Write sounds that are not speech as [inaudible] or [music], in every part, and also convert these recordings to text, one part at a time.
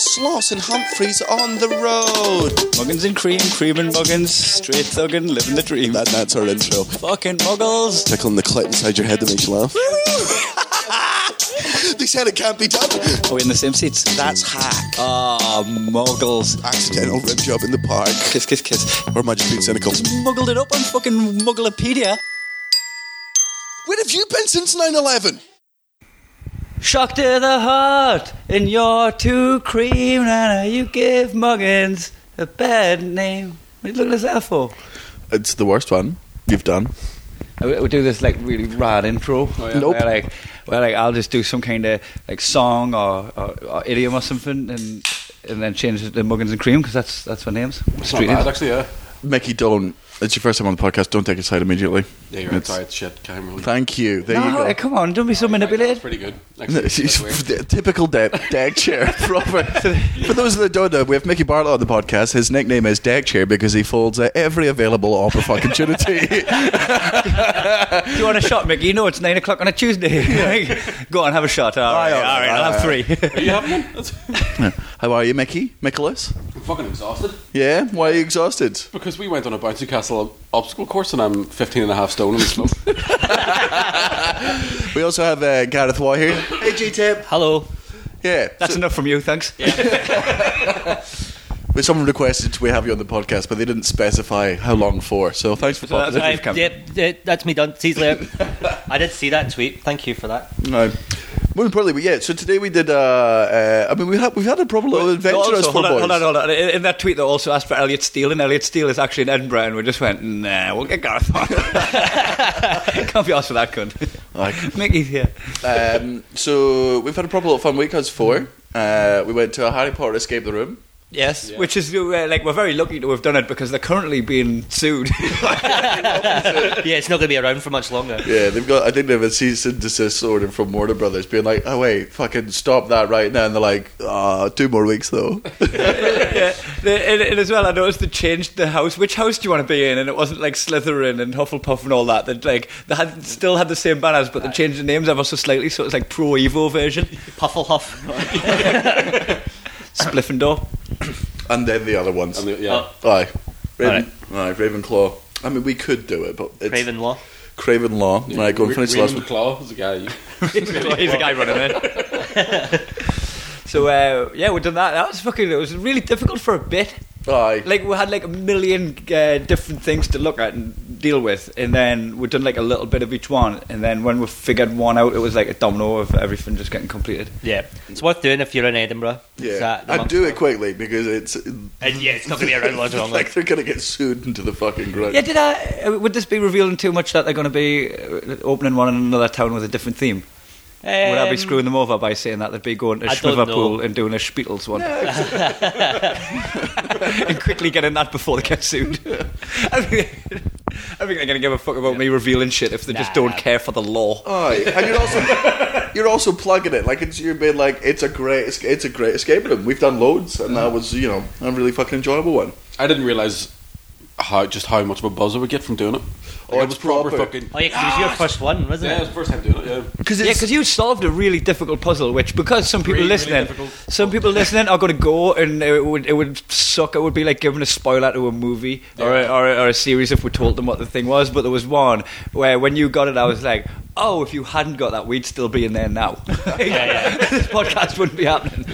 Sloss and Humphreys on the road. Muggins and cream, cream and muggins, straight thuggin', living the dream. That, that's our intro. Fucking muggles. Tickling the clit inside your head that makes you laugh. [laughs] they said it can't be done. Are we Oh, in the same seats? That's hack. Ah, muggles. Accidental rib job in the park. Kiss, kiss, kiss. Or am I just being cynical? Muggled it up on fucking Mugglepedia. Where have you been since 9 11? Shock to the heart, and you're too cream, Nana. You give Muggins a bad name. What are you looking at that for? It's the worst one you've done. We we do this like really rad intro. Oh, Nope. Where, like, where, like I'll just do some kind of like song or, or, or idiom or something, and and then change it to Muggins and Cream because that's that's my names. Street names. actually, yeah. Mickey, don't. It's your first time on the podcast. Don't take a side immediately. Yeah, you're right. It's- Sorry, it's shit. Can't really. Thank you. There No, you go. hey, Oh, [laughs] come on, don't be so That's manipulated. pretty good. Actually, No, that's she's weird. [laughs] f- typical de- deck chair. [laughs] Proper. For those that don't know, we have Mickey Bartlett on the podcast. His nickname is Deck Chair because he folds at every available op- opportunity. Do you want a shot, Mickey? You know it's nine o'clock on a [laughs] Tuesday. Go on, have a shot. All right, all all right, right, I'll all have three. Are [laughs] you having one? That's- How are you, Mickey? Nicholas? [laughs] I'm fucking exhausted Yeah? Why are you exhausted? because we went on a bouncy castle obstacle course and I'm 15 and a half stone in the smoke. We also have uh, Gareth Waugh here. Hey, G-Tip. Hello. Yeah. [laughs] That's so- enough from you, thanks. but someone requested we have you on the podcast, but they didn't specify how long for. So thanks for So popping in. that's, You've come. yep, yep, that's me done. See you [laughs] later. I did see that tweet. Thank you for that. No. More importantly, but yeah. So today we did. Uh, uh, I mean, we have we've had a proper little adventure as Also, four hold, on, boys. hold on, hold on. In, in that tweet, they also asked for Elliot Steele, and Elliot Steele is actually in Edinburgh, and we just went, nah, we'll get Gareth on. [laughs] Can't be asked for that cunt. Aye. Mickey's here. um, so we've had a proper little fun week. Us Mm. four. Uh, we went to a Harry Potter escape the room. Yes, which is uh, like we're very lucky to have done it because they're currently being [laughs] sued. [laughs] Yeah, it's not going to be around for much longer. Yeah, they've got. I think they have a cease and desist order from Warner Brothers, being like, "Oh wait, fucking stop that right now." And they're like, "Ah, two more weeks though." [laughs] yeah, [laughs] [laughs] the, and, and as well, I noticed they changed the house. Which house do you want to be in? And it wasn't like Slytherin and Hufflepuff and all that. They like they had still had the same banners, but they changed the names ever so slightly, so it's like pro Evo [laughs] version, [laughs] Pufflehuff. Spliffendor. and then the other ones. And the- yeah. Oh. Aye, Raven, aye, Ravenclaw. I mean, we could do it, but it's Craven Law. Craven Law. [laughs] Right, go and Ra- finish the last Raymond one. Claw is a guy. You, [laughs] He's the guy running it. [laughs] so uh, yeah, we done that. That was fucking. It was really difficult for a bit. Aye. Like we had like a million uh, different things to look at and deal with, and then we done like a little bit of each one, and then when we figured one out, it was like a domino of everything just getting completed. Yeah, it's worth doing if you're in Edinburgh. It's Yeah, that- the and month- do it quickly because it's And yeah, it's not going to be around much [laughs] [laughs] longer. like they're gonna get sued into the fucking ground. Yeah, did I? uh, Would this be revealing too much that they're going to be uh, opening one in another town with a different theme? would I be Um, screwing them over by saying that they'd be going to I don't know. Liverpool and doing a Spietels one? [laughs] and quickly getting that before they get sued. [laughs] I think, I think they're going to give a fuck about me revealing shit if they just Nah. don't care for the law. Aye, and you're also you're also plugging it like it's you're being like it's a great es- it's a great escape room. We've done loads, and that was you know a really fucking enjoyable one. I didn't realise how just how much of a buzz I would get from doing it. Oh, I it's was proper, proper. fucking. Oh yeah, 'cause it was your Ah, first one, wasn't Yeah, it it? was the first time doing it. Yeah. Because Yeah, because you solved a really difficult puzzle, which because some people Really, really listening, difficult. some people listening are going to go and it would it would suck. It would be like giving a spoiler to a movie or, a, or, a, or a series if we told them what the thing was. But there was one where when you got it, I was like, oh, if you hadn't got that, we'd still be in there [laughs] now. yeah. this podcast wouldn't be happening.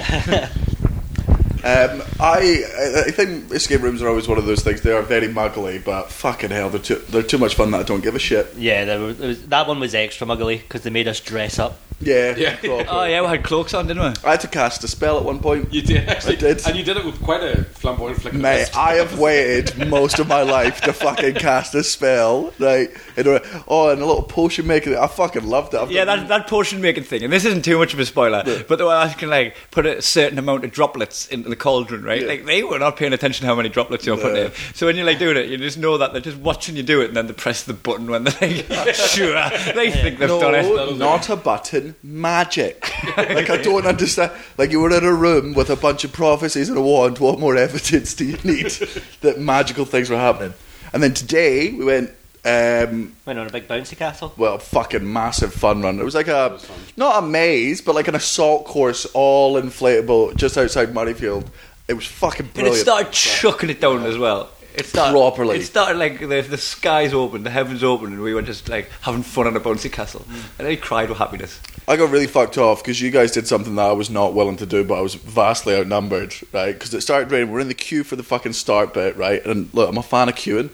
um, I I- I think escape rooms are always one of those things. They are very muggly, but fucking hell, they're too they're too much fun that I don't give a shit. Yeah, there was, there was, that one was extra muggly because they made us dress up. Yeah, Yeah. proper. Oh yeah, we had cloaks on, didn't we? I had to cast a spell at one point. You did actually, I did. and you did it with quite a flamboyant flick. of the Mate, wrist. I have waited most of my life to fucking cast a spell. Like, in order, oh, and a little potion maker. I fucking loved it. I've Yeah, done- that, that portion making thing, and this isn't too much of a spoiler, but they were asking like put a certain amount of droplets into the cauldron, right? Yeah. Like they were not paying attention how many droplets you were putting in. So when you're like doing it, you just know that they're just watching you do it, and then they press the button when they're like, [laughs] sure, they think they've done it. No, not a button. [laughs] Magic. like I don't understand. Like you were in a room with a bunch of prophecies and a wand. [laughs] What more evidence do you need that magical things were happening? And then today we went Um, Went on a big bouncy castle. well, fucking massive fun run. It was like a not a maze, but like an assault course, all inflatable, just outside Murrayfield. It was fucking And it brilliant. started chucking it down as well. It started Properly. It started like the, the skies opened, the heavens opened, and we were just like having fun on a bouncy castle. Mm. And then he cried with happiness. I got really fucked off because you guys did something that I was not willing to do, but I was vastly outnumbered, right? Because it started raining. We're in the queue for the fucking start bit, right? And look, I'm a fan of queuing,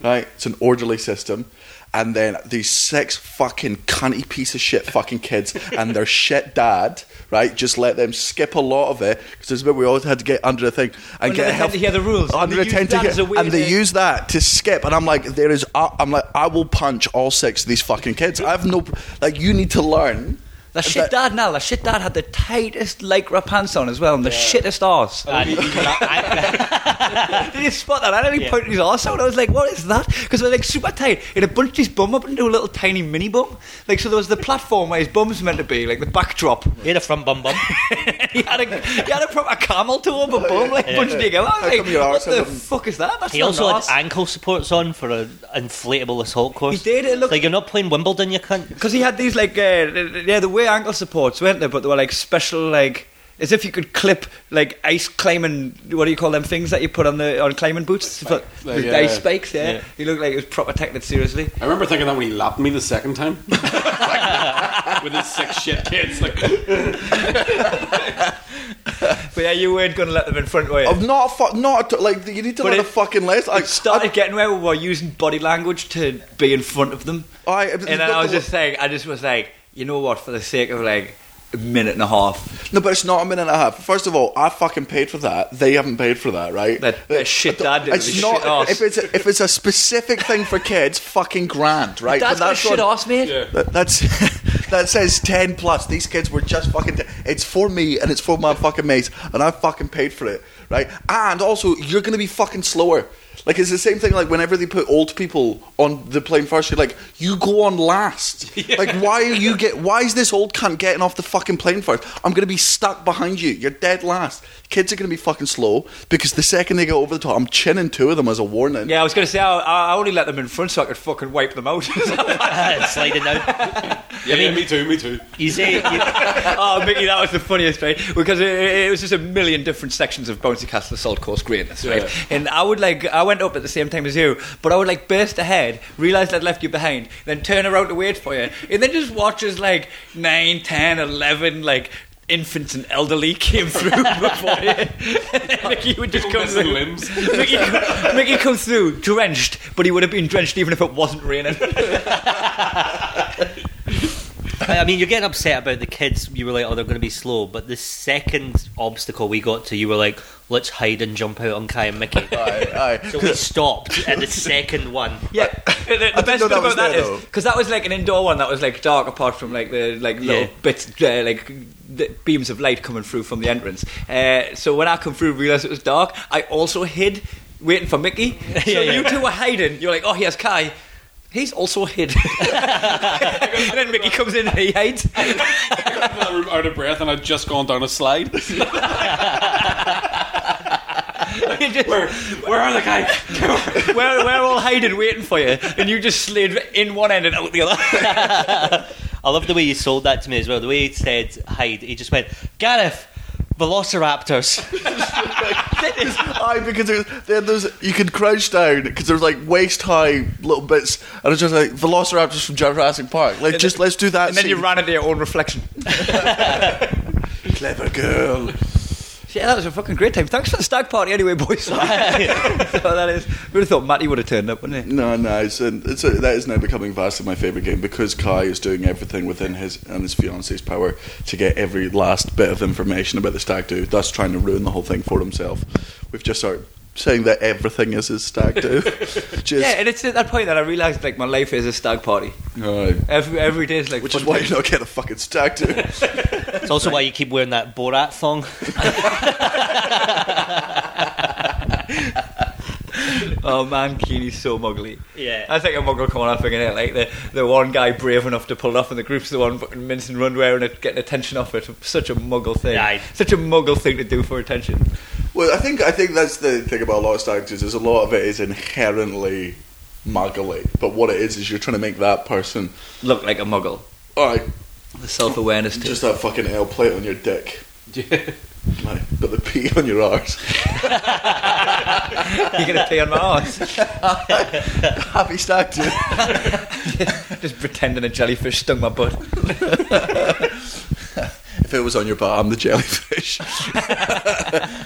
right? It's an orderly system. And then these six fucking cunty piece of shit fucking kids and their shit dad, right? Just let them skip a lot of it because there's a bit we always had to get under the thing and Under get the a tent to hear the rules, and Under they the use tent to that hear- as a way and they to- use that to skip, and I'm like, there is, I- I'm like, I will punch all six of these fucking kids. I have no, like, you need to learn That shit dad now, that shit dad had the tightest lycra pants on as well, and the shittest arse. [laughs] And Did you spot that? I only Yeah. pointed his arse out. I was like, what is that? Because they're like super tight. It had bunched his bum up into a little tiny mini bum. Like, so there was the platform where his bum's meant to be, like the backdrop. [laughs] he had a front bum bum. he, had a, he had a proper camel toe of a bum, like bunched together. I How was like, come your what arse the hasn't- fuck is that? That's He not an also arse. had ankle supports on for an inflatable assault course. He did, it looked- like you're not playing Wimbledon, you cunt. Because he had these like uh, yeah, the way ankle supports weren't they? But they were like special like as if you could clip like ice climbing. What do you call them things that you put on the on climbing boots? But Like, with yeah. ice spikes. Yeah. Yeah. he looked like he was proper taken seriously. I remember thinking that when he lapped me the second [laughs] time with his six shit kids. Like, But yeah, you weren't going to let them in front were you? of not a fu- not a t- like you need to But learn a it- fucking lesson. Like, it started getting where we were using body language to be in front of them. I- and then I was just like, I just was like, you know what? For the sake of like a minute and a half, no, but it's not a minute and a half. First of all, I fucking paid for that. They haven't paid for that, right? That- that shit dad did with It's his not shit arse. if it's a, if it's a specific thing for kids, fucking grand, right? Dad's got a shit what- arse, mate. Yeah. That, that's [laughs] that says ten plus. These kids were just fucking. T- it's for me and it's for my fucking mates, and I fucking paid for it, right? And also, you're gonna be fucking slower. Like it's the same thing. Like whenever they put old people on the plane first, you're like, you go on last. Like why are you get? Why is this old cunt getting off the fucking plane first? I'm gonna be stuck behind you. You're dead last. Kids are gonna be fucking slow because the second they get over the top, I'm chinning two of them as a warning. Yeah, I was going to say I, I only let them in front so I could fucking wipe them out. [laughs] [laughs] sliding down. yeah, yeah, me too, me too. You say you, [laughs] oh, Mickey, that was the funniest, right? Because it, it was just a million different sections of Bouncy Castle Assault Course greatness, right? Yeah. And I would like, I went up at the same time as you, but I would like burst ahead, realize I'd left you behind, then turn around to wait for you, and then just watch as like 9, 10, 11, like infants and elderly came through [laughs] before you. [laughs] And Mickey would just People come missing through. limbs. Mickey, Mickey comes through, drenched, but he would have been drenched even if it wasn't raining. I mean, you're getting upset about the kids. You were like, "Oh, they're going to be slow." But the second obstacle we got to, you were like, "Let's hide and jump out on Kai and Mickey." [laughs] Aye, aye. So we stopped at the second one. Yeah, [laughs] the, the didn't best know bit that was about that there, is though. because that was like an indoor one that was like dark, apart from like the like little Yeah. bits uh, like the beams of light coming through from the entrance. Uh, so when I come through, realised it was dark. I also hid, waiting for Mickey. [laughs] So Yeah, yeah. you two were hiding. You're like, oh, here's Kai. He's also hid. [laughs] and then Mickey comes in and he hides. [laughs] I was out of breath and I'd just gone down [laughs] a slide. You just- Where, where are the guys? we're, we're all hiding, waiting for you. And you just slid in one end and out the other. I love the way you sold that to me as well. The way he said hide, he just went, "Gareth, Velociraptors." Aye, because it was, they had those you could crouch down because there was like waist high little bits, and it was just like Velociraptors from Jurassic Park. Like, just let's do that. And then you scene. ran into your own reflection. clever girl. Yeah, that was a fucking great time. Thanks for the stag party, anyway, boys. [laughs] so that is. We'd have thought Matty would have turned up, wouldn't he? No, no, it's, an, it's a, that is now becoming vastly my favorite game because Kai is doing everything within his and his fiance's power to get every last bit of information about the stag do, thus trying to ruin the whole thing for himself. We've just started saying that everything is his stag [laughs] do. just, Yeah, and it's at that point that I realised like my life is a stag party. Aye. Every every day is like. which fun is why time. you don't get a fucking stag do. it's also why you keep wearing that [laughs] Borat thong. [laughs] [laughs] Oh man, Keeney's so muggly. Yeah. I think a muggle coming up again. eh? Like the the one guy brave enough to pull it off, and the group's the one fucking mincing run wearing it, getting attention off it. Such a muggle thing. Aye. Such a muggle thing to do for attention. Well, I think I think that's the thing about a lot of stag do's is a lot of it is inherently muggling. But what it is is you're trying to make that person Look like a muggle. all right, The self awareness [laughs] just that fucking L plate on your [laughs] dick. Like, but the P on your arse. [laughs] You're gonna pee on my arse. Happy stack, dude. just pretending a jellyfish stung my butt. If it was on your butt, I'm the jellyfish.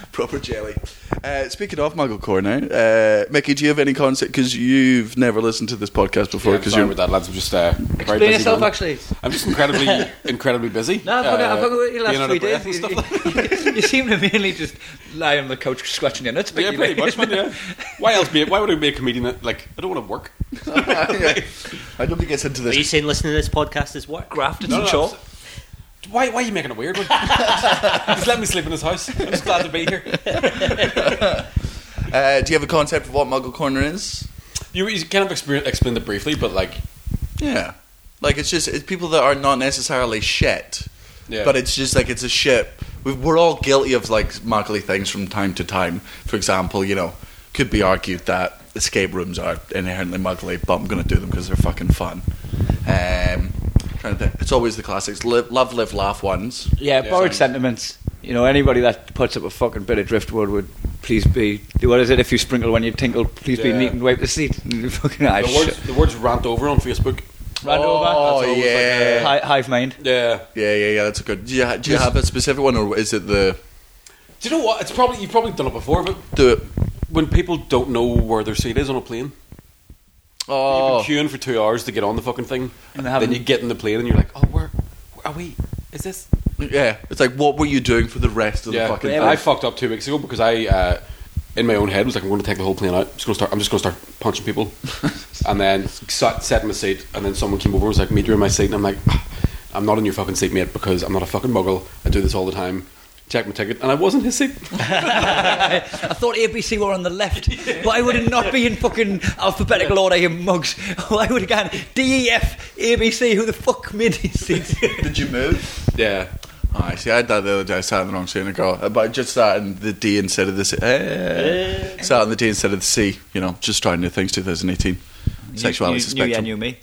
[laughs] Proper jelly. Uh, speaking of mugglecore now, uh, Mickey, do you have any concept? Because you've never listened to this podcast before. Because you're you're with [laughs] that, lads. I'm just uh, very Explain busy yourself, man. actually. I'm just incredibly, [laughs] incredibly busy. No, I've Uh, uh, forgot what you being last out three of days. breath and You, stuff like [laughs] that. you- you seem to mainly just lie on the couch scratching your nuts. but [laughs] Yeah, you pretty like- much, man. Yeah. Why else be? Why would I be a comedian? That, like, I don't want to work. I don't think it's into Are you this. saying listening to this podcast is [laughs] work? Graft and No, no, chore. Why? Why are you making [laughs] it weird? One? just let me sleep in this house. I'm just glad to be here. [laughs] Uh, do you have a concept of what muggle corner is? You, you kind of explain, explained it briefly, but like, Yeah, like it's just it's people that are not necessarily shit, yeah. but it's just like it's a shit. we we're all guilty of like muggly things from time to time. For example, you know, could be argued that escape rooms are inherently muggly, but I'm going to do them because they're fucking fun. Um, trying to think, it's always the classics: live, love, live, laugh ones. Yeah, Yeah, borrowed sounds- sentiments. You know, anybody that puts up a fucking bit of driftwood would please be. What is it? If you sprinkle when you tinkle, please be Yeah. neat and wipe the seat. [laughs] fucking the eye words, the words rant over on Facebook. Oh That's always yeah. Hi- hive mind. Yeah. yeah, yeah, yeah. That's a good. Do you, ha- do you have a specific one, or is it the Do you know what? It's probably you've probably done it before, but do it? when people don't know where their seat is on a plane, Oh, you've been queuing for two hours to get on the fucking thing, And and they haven't- then you get in the plane and you're like, oh, where, where are we? Is this? yeah. It's like, what were you doing for the rest of Yeah, the fucking and thing? I fucked up two weeks ago because I, uh, in my own head, was like, I'm going to take the whole plane out. I'm just going to start. I'm just going to start punching [laughs] people, and then sat, sat in my seat, and then someone came over and was like, "Meet you in my seat," and I'm like, "Ah, "I'm not in your fucking seat, mate, because I'm not a fucking muggle. I do this all the time." Check my ticket, and I was in his [laughs] seat. I thought ABC were on the left. Why would it not be in fucking alphabetical order, you mugs? [laughs] Why would it go D E F A B C? Who the fuck made these seats? Did you move? Yeah, Oh, [laughs] I see. I had that the other day. I sat in the wrong seat and a girl, but I just sat in the D instead of the C. Eh. Sat in the D instead of the C. You know, just trying new things. 2018. Sexuality is a New, yeah, spectrum. new me.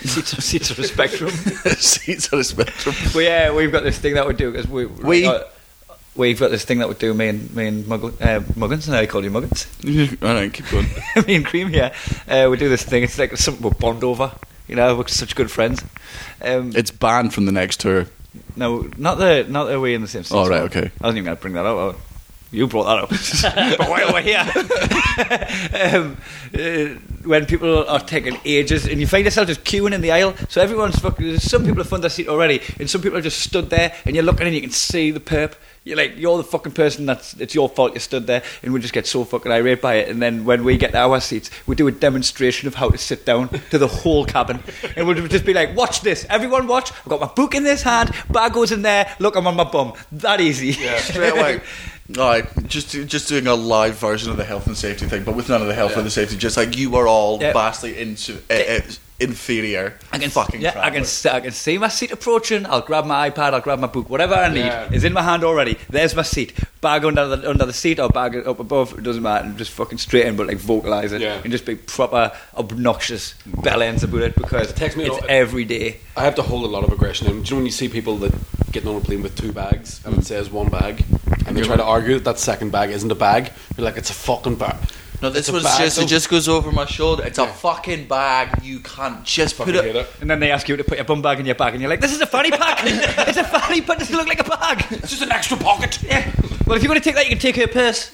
Seats, seats are a spectrum. [laughs] Seats on a spectrum. we, yeah, we've got this thing that would do because we We- uh, we've got this thing that would do me and me and Muggle, uh, Muggins. and I call you Muggins. [laughs] [laughs] All right, keep going. me and Cream here. Uh, we do this thing. It's like something we bond over. You know, we're such good friends. Um, It's banned from the next tour. no, not the not the way in the same. All sense. Oh, right, okay. I wasn't even going to bring that up. Oh, You brought [laughs] that up. but while we're here, um, uh, when people are taking ages and you find yourself just queuing in the aisle, so everyone's fucking. Some people have found their seat already, and some people are just stood there, and you're looking and you can see the perp. You're like, you're the fucking person that's, it's your fault you stood there, and we just get so fucking irate by it. And then when we get to our seats, we do a demonstration of how to sit down to the whole cabin. And we'll just be like, watch this, everyone watch. I've got my book in this hand, bag goes in there, look, I'm on my bum. That easy. [laughs] Straight [laughs] away. All right, just just doing a live version of the health and safety thing, but with none of the health and the safety. Just like you are all Yeah. vastly insu- uh, uh, inferior. I can fucking. yeah, I can travelers. s- I can see my seat approaching. I'll grab my iPad. I'll grab my book. Whatever I need Yeah. is in my hand already. There's my seat. Bag under the under the seat or bag it up above. It doesn't matter. And just fucking straight in, but like vocalize it Yeah. and just be proper obnoxious bell ends about it because It takes me it's a lot- every day. I have to hold a lot of aggression in. Do you know when you see people that getting on a plane with two bags and Mm. it says one bag, and they try to argue that that second bag isn't a bag? You're like, it's a fucking bag. No, this It's a was bag, just though. it just goes over my shoulder. It's a fucking bag. You can't just put Fucking hate it. it. And then they ask you to put your bum bag in your bag, and you're like, "This is a fanny [laughs] pack. it's a fanny, but doesn't look like a bag." It's just an extra pocket. Yeah. Well, if you're going to take that, you can take her [laughs] purse.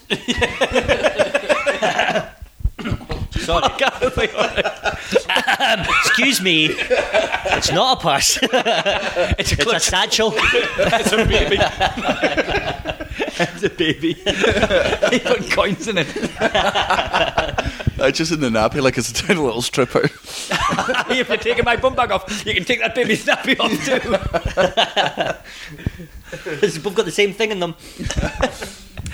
[laughs] Sorry. Um, Excuse me. It's not a [laughs] purse. It's a It's a clutch. satchel. It's a [laughs] baby. It's a baby. [laughs] you put coins in it. [laughs] Uh, just in the nappy, like it's a [laughs] tiny little stripper. if you're taking my bum bag off, you can take that baby's nappy off too. We've both got the same thing in them. Do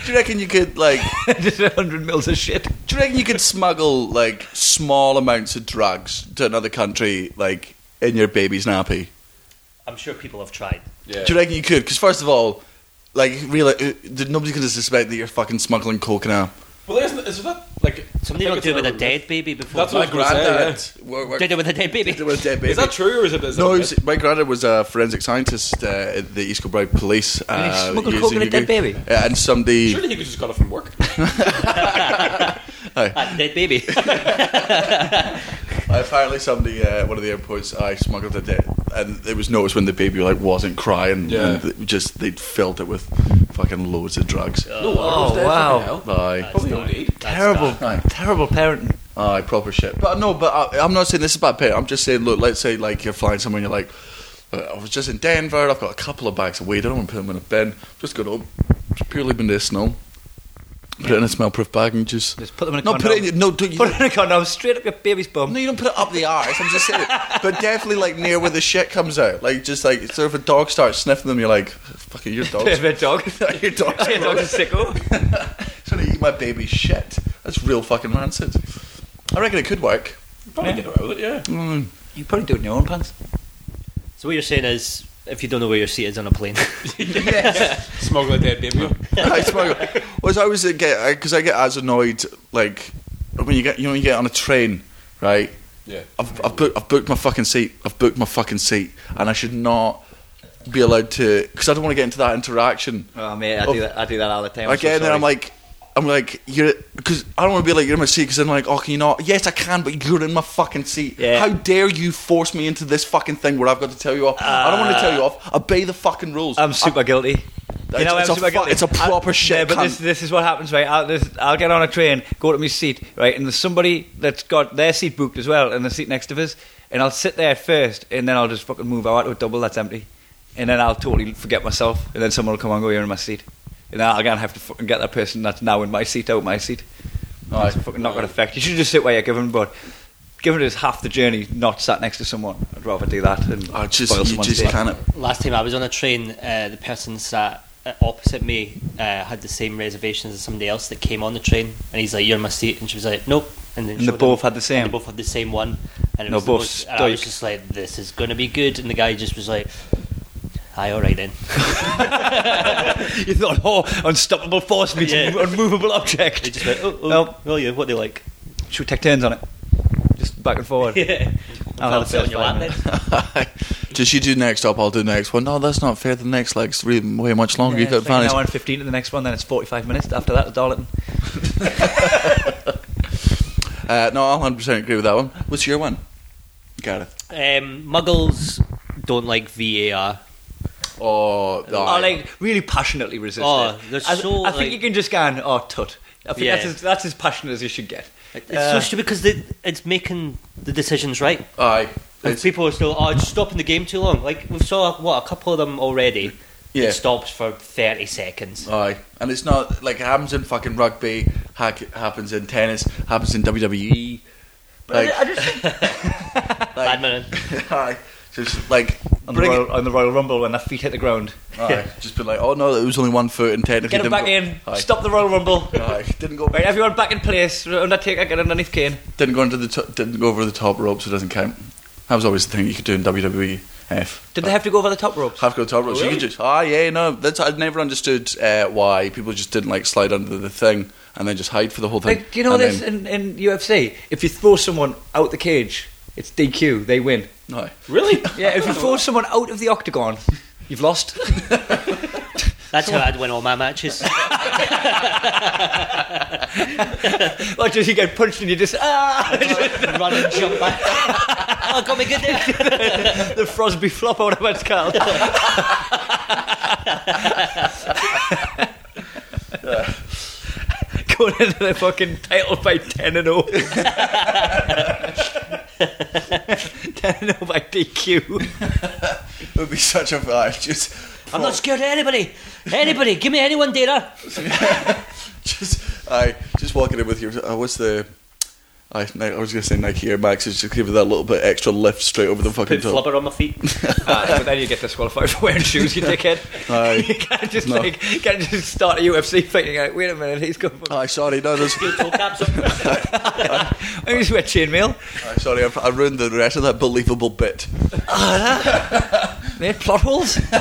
you reckon you could like? Just a hundred mils of shit. Do you reckon you could smuggle like small amounts of drugs to another country, like in your baby's nappy? I'm sure people have tried. Yeah. Do you reckon you could? Because first of all, like really, uh, nobody's gonna suspect that you're fucking smuggling coke now. Well, isn't is that like like Somebody I not think do it it's with a another myth. dead baby before. That's what I My was gonna say, granddad yeah. wor- wor- Did it with a dead baby. [laughs] did it with a dead baby. Is that true or is it? Is No, it he was, my granddad was a forensic scientist uh, at the East Kilbride Police. Uh, And he smuggled years coke in a ago. dead baby? Yeah, and somebody. surely he could just got it from work. a Ah, dead baby. Apparently, somebody uh, at one of the airports I smuggled a dead, and it was noticed when the baby like wasn't crying. Yeah. and th- just they filled it with fucking loads of drugs. No wonder it was Oh, dead, wow. fucking hell. Aye. Probably don't need. terrible, terrible parenting. Aye, proper shit. But no, but I, I'm not saying this is bad parent. I'm just saying, look, let's say like you're flying somewhere, and you're like, uh, I was just in Denver. I've got a couple of bags of weed. I don't want to put them in a bin. Just got home. Just purely medicinal. Put it in a smell-proof bag and just Just put them in a no, condom. put it in, no, do Put it in a condom straight up your baby's bum. [laughs] No, you don't put it up the arse. I'm just saying, but definitely like near where the shit comes out. Like just like so, if a dog starts sniffing them, you're like, "Fucking [laughs] your dog's Red dog. [laughs] your [laughs] dog's Your dog's a [laughs] sicko. trying to eat my baby's shit." That's real fucking rancid. I reckon it could work. Probably get away with it. Yeah. You probably do it in your own pants. so what you're saying is, if you don't know where your seat is on a plane, Smuggle a dead baby. I smuggle. Was I always get because I get as annoyed like when you get you know when you get on a train, right? Yeah. I've, I've, booked, I've booked my fucking seat. I've booked my fucking seat, and I should not be allowed to because I don't want to get into that interaction. Oh mate, I Oh. do that. I do that all the time. I'm so again, then sorry. I'm like, I'm like, you're because I don't want to be like you're in my seat because I'm like, oh, can you not? Yes, I can, but you're in my fucking seat. Yeah. How dare you force me into this fucking thing where I've got to tell you off? I don't want to tell you off. Obey the fucking rules. Uh. I'm super guilty. It's- it's a fu- it's a proper I, shit Yeah, but cunt. this, this is what happens, right? I'll, this, I'll get on a train, go to my seat, right, and there's somebody that's got their seat booked as well, and the seat next to us, and I'll sit there first, and then I'll just fucking move out to a double that's empty, and then I'll totally forget myself, and then someone will come and go, you're in my seat, and now I'm gonna have to fucking get that person that's now in my seat out my seat. No, it's fucking not gonna affect. You should just sit where you're given, but. Given it's half the journey, not sat next to someone, I'd rather do that. And I just, spoil you someone's just day. can't. last time I was on a train, uh, the person sat uh, opposite me uh, had the same reservations as somebody else that came on the train, and he's like, "You're in my seat," and she was like, "Nope." And then And they showed both him- had the same. And they both had the same one. And it No, was the both most- and I was stoic. just like, "This is gonna be good," and the guy just was like. Aye, all right then. [laughs] You thought, oh, unstoppable force meets Yeah. unmovable They object. just went, oh, oh, Nope. well, yeah, what do you like? Should we take turns on it? Just back and forward. [laughs] Yeah. I'll Well, have sit a on your five minutes. lap [laughs] then. Just you do next up, I'll do next one. No, that's not fair. The next leg's really way much longer. Yeah, You've got it's like an advantage. hour and 15 to the next one, then it's 45 minutes. After that, it's Darlington. Uh, no, I'll 100% agree with that one. What's your one, Gareth? Um, muggles don't like VAR. Oh, the- Or, like, really passionately resist Oh, it. they're I, so, I think like- you can just go, and, oh, tut. I think Yeah. that's, as, that's as passionate as you should get. It's Uh, so stupid because they, it's making the decisions right. aye. And It's- people are still, oh, it's stopping the game too long. Like, we saw, what, a couple of them already. Yeah. It stops for 30 seconds. Aye, and it's not like it happens in fucking rugby, hack, happens in tennis, happens in E. WWE. Like, [laughs] Bad man. [laughs] aye, just like on, the bring Royal, it. on the Royal Rumble, when their feet hit the ground. Aye, just be like, oh no, it was only one foot and technically Get them didn't back go- in. Aye. Stop the Royal Rumble. Aye, didn't go Right, everyone back in place. Undertaker, get underneath Kane. didn't go into the to- didn't go over the top rope, so it doesn't count. That was always the thing you could do in WWF. Did they have to go over the top ropes? Half go top rope, so you could just ah yeah no. That's I'd never understood uh, why people just didn't like slide under the thing and then just hide for the whole thing. Like, do you know and this Then, in, in UFC? If you throw someone out the cage, it's DQ. They [laughs] win. Aye. Really? Yeah, if you throw someone out of the octagon, you've [laughs] lost. That's how I'd win all my matches. Like, just you get punched and you just ah, Run and jump [laughs] back. oh, got me good there. the Frosby flop or whatever it's [laughs] called. Going into the fucking title fight ten [laughs] and oh. zero. [laughs] ten and zero by DQ. It would be such a [laughs] vibe. Just I'm not scared of anybody. Anybody, give me anyone data. just I just walking in with your uh, what's the I, I was going to say Nike Air Max is just give it that little bit extra lift straight over the fucking Put top. flubber on my feet. Ah, but then you get disqualified [laughs] for wearing shoes, you dickhead. Aye. [laughs] you can't just No. like can't just start a UFC fight. And you're like, wait a minute, he's Oh, got. Aye, sorry, no, there's, Steel toe caps on. I just wear chainmail. aye, sorry, I, I ruined the rest of that believable bit. Mate, plot holes. mean, [laughs]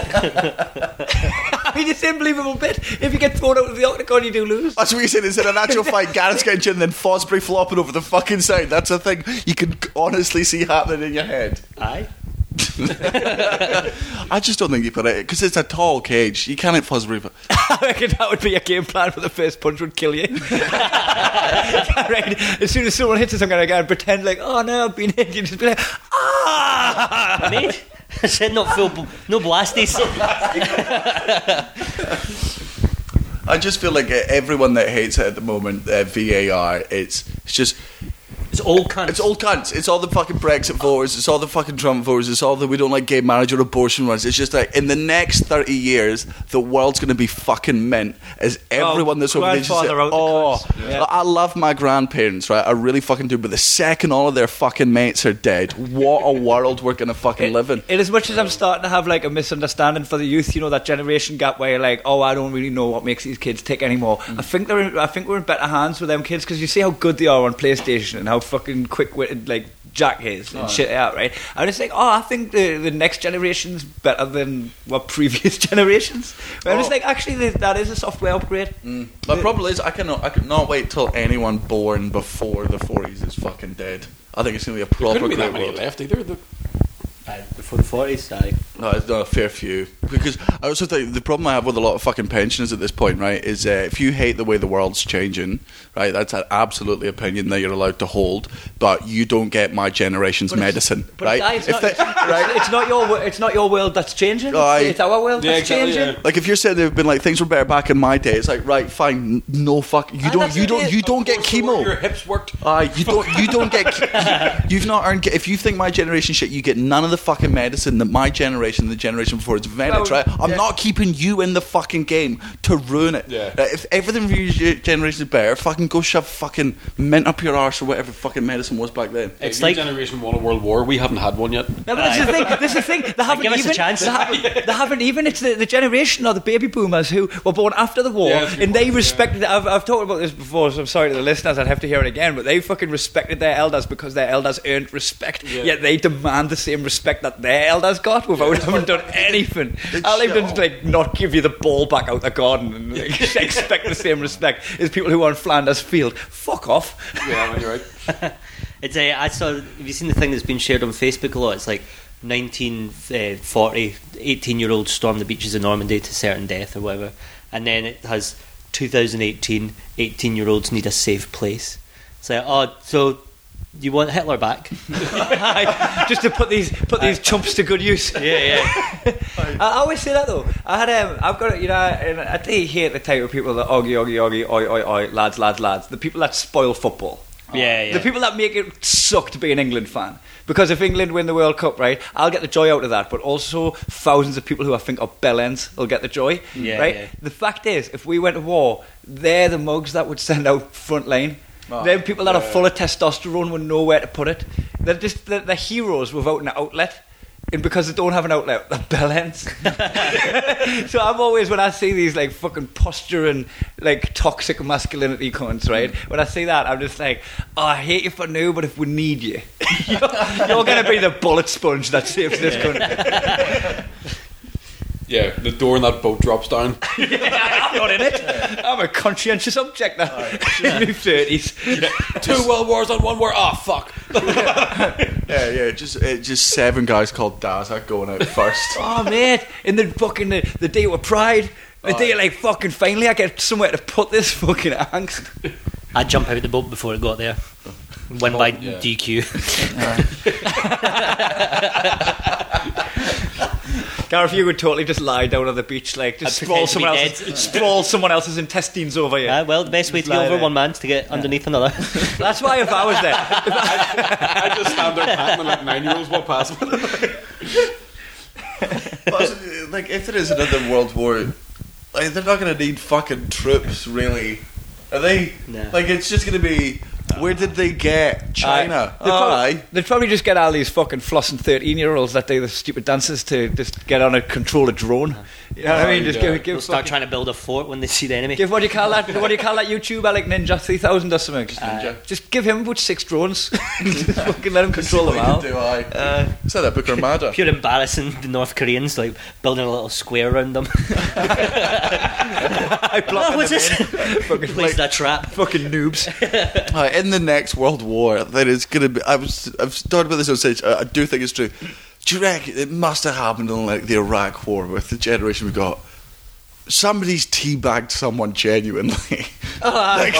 it's an unbelievable bit. If you get thrown out of the octagon, you do lose. [laughs] That's what you said. Instead of an actual fight, Gareth's getting chin, then Fosbury flopping over the fucking side. That's a thing you can honestly see happening in your head. Aye. I just don't think you put it because it's a tall cage. You can't hit Fosbury. But I reckon that would be a game plan for the first punch would kill you. [laughs] I reckon as soon as someone hits us, I'm going to go and pretend like, oh no, I've been hit. You just be like, ah! Mate, [laughs] I said not full, bl- no blasties. I just feel like uh, everyone that hates it at the moment, uh, VAR, it's it's just It's old cunts. it's all cunts. It's all the fucking Brexit voters. It's all the fucking Trump voters. It's all the we don't like gay marriage or abortion ones. It's just like in the next thirty years, the world's going to be fucking mint. As everyone that's over there just say, grandfather out the oh, cunts." Yeah. I- I love my grandparents, right? I really fucking do. But the second all of their fucking mates are dead, what a world we're going to fucking live in. And as much as I'm starting to have like a misunderstanding for the youth, you know that generation gap where you're like, oh, I don't really know what makes these kids tick anymore. Mm. I think they're, in, I think we're in better hands with them kids because you see how good they are on PlayStation and how fucking quick-witted like Jack is Oh. and shit out, right? I just think, oh, I think the, the next generation's better than what [laughs] previous generations. But I'm just Oh. like, actually, th- that is a software upgrade. My problem is I cannot I cannot wait till anyone born before the forties is fucking dead. I think it's gonna be a There proper couldn't be great that many world. left either. The- Aye, before the forties, aye. No, it's not a fair few. Because I also think the problem I have with a lot of fucking pensioners at this point, right, is uh, if you hate the way the world's changing, right, that's an absolutely opinion that you're allowed to hold, but you don't get my generation's medicine, But right? guys, If not- they- right? Oh, It's not your wo- it's not your world that's changing. It's, Aye. it's our world Yeah, that's exactly, changing. yeah. Like if you're saying they've been like things were better back in my day, it's like right, fine, n- no fuck, you And don't, that's you it, don't, you of don't get course, the way chemo. Your hips worked. Aye, Uh, you don't. You don't get. You've not earned. If you think my generation shit, you get none of the fucking medicine that my generation, the generation before, it's invented. Well, Right? I'm yeah. not keeping you in the fucking game to ruin it. Yeah. Uh, If everything for your generation is better, fucking go shove fucking mint up your arse or whatever fucking medicine was back then. It's like- like Generation One a World War. We haven't had one yet. No, but that's the thing. That's the thing. They haven't give us a even. chance. They haven't, they haven't even. It's the, the generation or the baby boomers who were born after the war, Yeah, that's a good and they point, respected. I've, I've talked about this before, so I'm sorry to the listeners. I'd have to hear it again, but they fucking respected their elders because their elders earned respect. Yet they demand the same respect that their elders got without having done anything. I'll shut even up. like not give you the ball back out the garden and [laughs] like, expect the same respect as people who are on Flanders Field. Fuck off. [laughs] Yeah, you're right. It's a. I saw. Have you seen the thing that's been shared on Facebook a lot? It's like uh, 1940, 18 year old stormed the beaches of Normandy to certain death or whatever, and then it has 2018, 18 year olds need a safe place. It's like, oh, so you want [laughs] Hitler back? [laughs] just to put these put these chumps to good use. yeah, I, I always say that though. I had um, I've got you know, and I do hate the type of people that oggy oggy oggy oi oi oi lads lads lads. The people that spoil football. yeah, yeah. The people that make it suck to be an England fan. Because if England win the World Cup, right, I'll get the joy out of that. But also, thousands of people who I think are bellends will get the joy. Yeah, right? yeah. The fact is, if we went to war, they're the mugs that would send out front line. Ah, Them people that are full of testosterone with nowhere to put it. They're just they're, they're heroes without an outlet. And because they don't have an outlet, they're bellends. [laughs] so I'm always when I see these like fucking posturing, like toxic masculinity cunts, right? When I see that, I'm just like, oh, I hate you for now, but if we need you, [laughs] you're, you're gonna be the bullet sponge that saves this country. Yeah, the door in that boat drops [laughs] down. I'm not in it. I'm a conscientious object now. [laughs] in my thirties. Two world wars on one war. Ah, fuck. Yeah, yeah. Just uh, just seven guys called Dazak going [laughs] out first. Oh mate, and then fucking the, the day with pride, the day like fucking finally I get somewhere to put this [laughs] fucking angst. I'd jump out the boat before it got there. Win by yeah. [laughs] DQ. Gareth, you would totally just lie down on the beach, like just I'd sprawl pretend to someone be else's dead. sprawl someone else's intestines over you. Ah, well, the best way to get Lie over there. one man's to get underneath another. That's why if I was [laughs] there, [laughs] I just stand there panting like nine year olds walk past [laughs] me. But, uh, like, if there is another world war, like, they're not going to need fucking troops, really. Are they? No. Like, it's just going to be. Where did they get China? They'd, probably, Aye. they'd probably just get all these fucking flossing 13 year olds that do the stupid dances to just get on a control a drone. You know what I mean? Just give, They'll [laughs] give, start fucking- trying to build a fort when they see the enemy. give what do you call that? What do you call that YouTube like Ninja 3000 or something? Just, ninja. just give him about six drones. [laughs] just fucking let him control them all. Do I? Uh, Is that a Booker Mada? [laughs] Pure embarrassing the North Koreans, like building a little square around them. I blocked them Fucking placed a trap. Fucking noobs. Uh, in the next World War, that is going to be. I was, I've talked about this on stage. I, I do think it's true. Do you reckon it must have happened in like the Iraq War with the generation we got? Somebody's teabagged [laughs] someone genuinely. Oh, like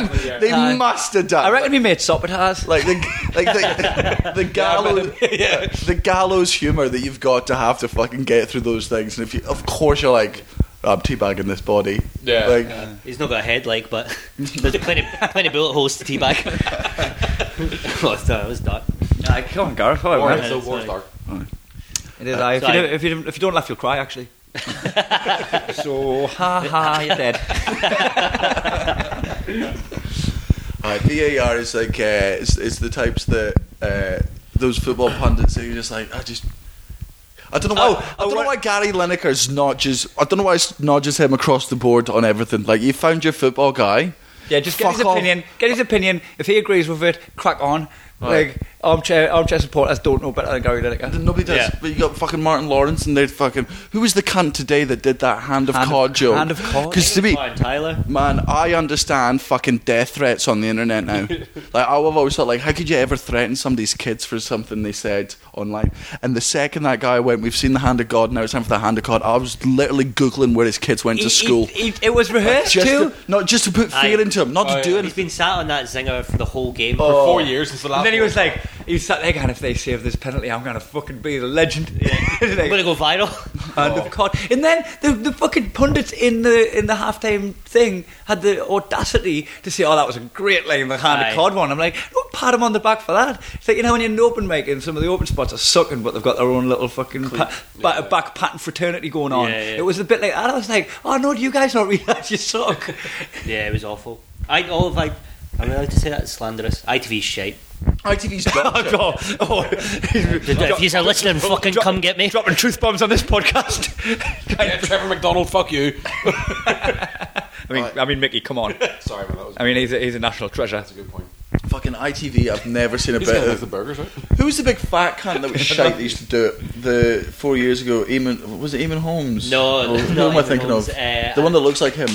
they m- they Aye. must have done. I reckon he made Sopatars. [laughs] Like the like the, the gallows the gallows humor that you've got to have to fucking get through those things, and if you, of course, you're like, "Oh, I'm teabagging this body. Yeah. Like, He's not got a head, like, but there's plenty, plenty bullet holes to teabag. oh, it's dark, it was dark. Aye, come on, Gareth. all Alright, right, man. so War's Sorry. Dark. It is. aye. If, you Sorry. don't, if, you don't, if you don't laugh, you'll cry. Actually. [laughs] so ha ha, [laughs] you're dead. Aye, VAR is like uh, it's, it's the types that uh, those football pundits who are just like I just I don't know why Oh, I don't oh, know why Gary Lineker's not just I don't know why it's not just him across the board on everything. Like you found your football guy. Yeah, just get Fuck his off. opinion. Get his opinion. If he agrees with it, crack on. Like armchair armchair supporters don't know better than Gary Lineker. Nobody does. Yeah. But you got fucking Martin Lawrence and they're fucking who was the cunt today that did that hand of Hand of- cod joke? hand of cod? Because to me, Ryan Tyler. Man, I understand fucking death threats on the [laughs] internet now. like I've always thought, like, how could you ever threaten somebody's kids for something they said online? And the second that guy went, we've seen the hand of God, now it's time for the hand of God. I was literally googling where his kids went He- to school, he- he- it was rehearsed just too. to, not just to put fear Aye. into him, not to Oh, do yeah. Oh. anything. He's been sat on that zinger for the whole game. Oh. For four years since the last and then he one. was like, he was sat there going, if they save this penalty, I'm going to fucking be the legend. [laughs] I'm gonna like, go viral. [laughs] hand of cod. And then the, the fucking pundits in the in the halftime thing had the audacity to say, oh, that was a great line, the hand Aye. of cod one. I'm like, don't pat him on the back for that. It's like, you know, when you're in an open mic and some of the open spots are sucking, but they've got their own little fucking pa- ba- back pattern fraternity going on. Yeah, yeah. It was a bit like that. I was like, oh, no, do you guys not realise you [laughs] suck? yeah, it was awful. I all of I. I'm allowed to say that it's slanderous. ITV's shite. ITV's oh, [laughs] dog shit. God. Oh. If you're listening, fucking Drop- come get me. Dropping truth bombs on this [laughs] podcast. [laughs] Yeah, Trevor McDonald, fuck you. I mean, I mean, Mickey, come on. Sorry, man, that was I mean, he's a, he's a national treasure. that's a good point. Fucking ITV, I've never seen a He's gonna better. like the burgers, right? Who was the big fat cunt [laughs] that was shite that used to do it the four years ago? Eamon was it Eamon Holmes? No, Or no, who am I Eamon thinking Holmes, of? uh, the one that looks like him.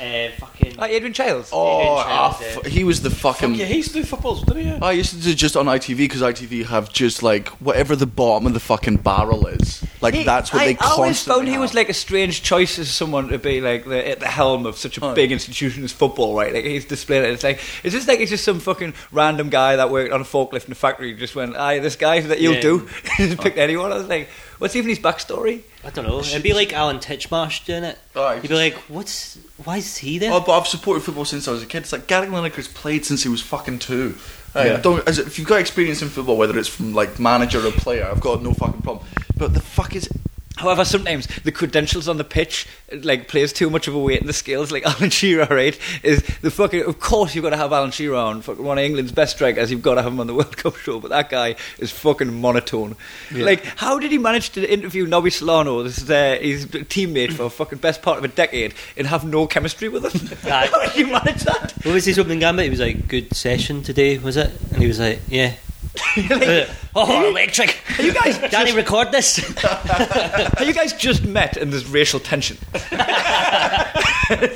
Uh, fucking. Like Adrian Childs. Oh, Adrian ah, f- Childs, he was the fucking. Yeah, he used to do footballs, didn't he? I used to do just on ITV because ITV have just like whatever the bottom of the fucking barrel is. Like He- that's what I they constantly. always found he have. was like a strange choice as someone to be like the, at the helm of such a Oh. big institution as football, right? Like he's displayed it. It's like, is this like he's just some fucking random guy that worked on a forklift in a factory? and Just went, aye, this guy that you'll Yeah. do. [laughs] just picked anyone. I was like, what's even his backstory? I don't know. It'd be like Alan Titchmarsh doing it. Aye. You'd be like, what's? Why is he there? Oh, but I've supported football since I was a kid. It's like Gary Lineker's played since he was fucking two. Like, Yeah. don't, as, if you've got experience in football, whether it's from like manager or player, I've got no fucking problem. But the fuck is However, sometimes the credentials on the pitch like plays too much of a weight in the scales. Like [laughs] Alan Shearer, right? Is the fucking of course you've got to have Alan Shearer on fucking one of England's best strikers. You've got to have him on the [laughs] World Cup show. But that guy is fucking monotone. Like, how did he manage to interview Nobby Solano, this is, uh, his teammate for fucking best part of a decade, and have no chemistry with him? Aye. [laughs] how did you manage that? What was his opening gambit? He was like, "Good session today, was it?" And he was like, "Yeah." Uh, oh, [laughs] electric! Are you guys Danny, record [laughs] this. [laughs] Have you guys just met and there's racial tension? [laughs]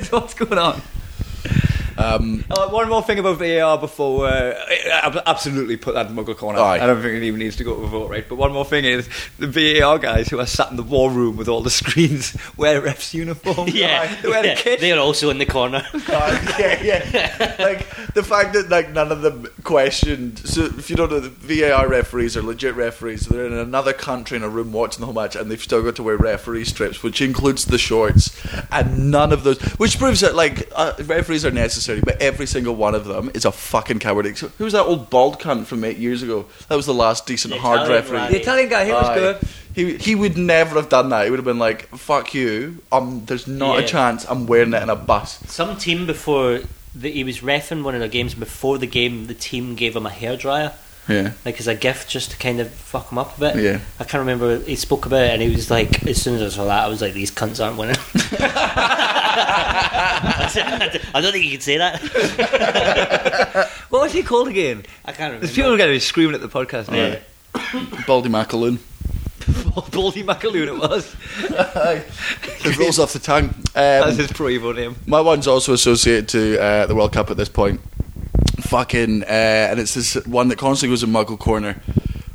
What's going on? Um, one more thing about VAR before uh, I ab- absolutely put that in Muggle corner. Aye. I don't think it even needs to go to a vote, right? But one more thing is the VAR guys who are sat in the war room with all the screens [laughs] wear refs uniforms. [laughs] yeah, they wear yeah. the kit. They are also in the corner. [laughs] Uh, [laughs] yeah, yeah. like the fact that like none of them questioned. So if you don't know, the VAR referees are legit referees. They're in another country in a room watching the whole match, and they've still got to wear referee strips, which includes the shorts. And none of those, which proves that like uh, referees are necessary, but every single one of them is a fucking coward. Ex- Who was that old bald cunt from eight years ago? That was the last decent The hard Italian referee. lad. the Italian guy, he was Aye. good. He, he would never have done that. He would have been like, "Fuck you! Um, there's not Yeah. a chance. I'm wearing it in a bus." Some team before that he was refing one of their games before the game. The team gave him a hairdryer. Yeah. like as a gift just to kind of fuck him up a bit. Yeah. I can't remember he spoke about it and he was like as soon as I saw that I was like these cunts aren't winning. [laughs] I don't think you can say that. [laughs] What was he called again? I can't remember. There's people going to be screaming at the podcast now. [laughs] Yeah. Baldy Macaloon. Baldy Macaloon it [laughs] was. [laughs] It rolls off the tongue. That's Um, his pro evo name. my one's also associated to uh, the World Cup at this point. Fucking, uh, and it's this one that constantly goes in Muggle Corner.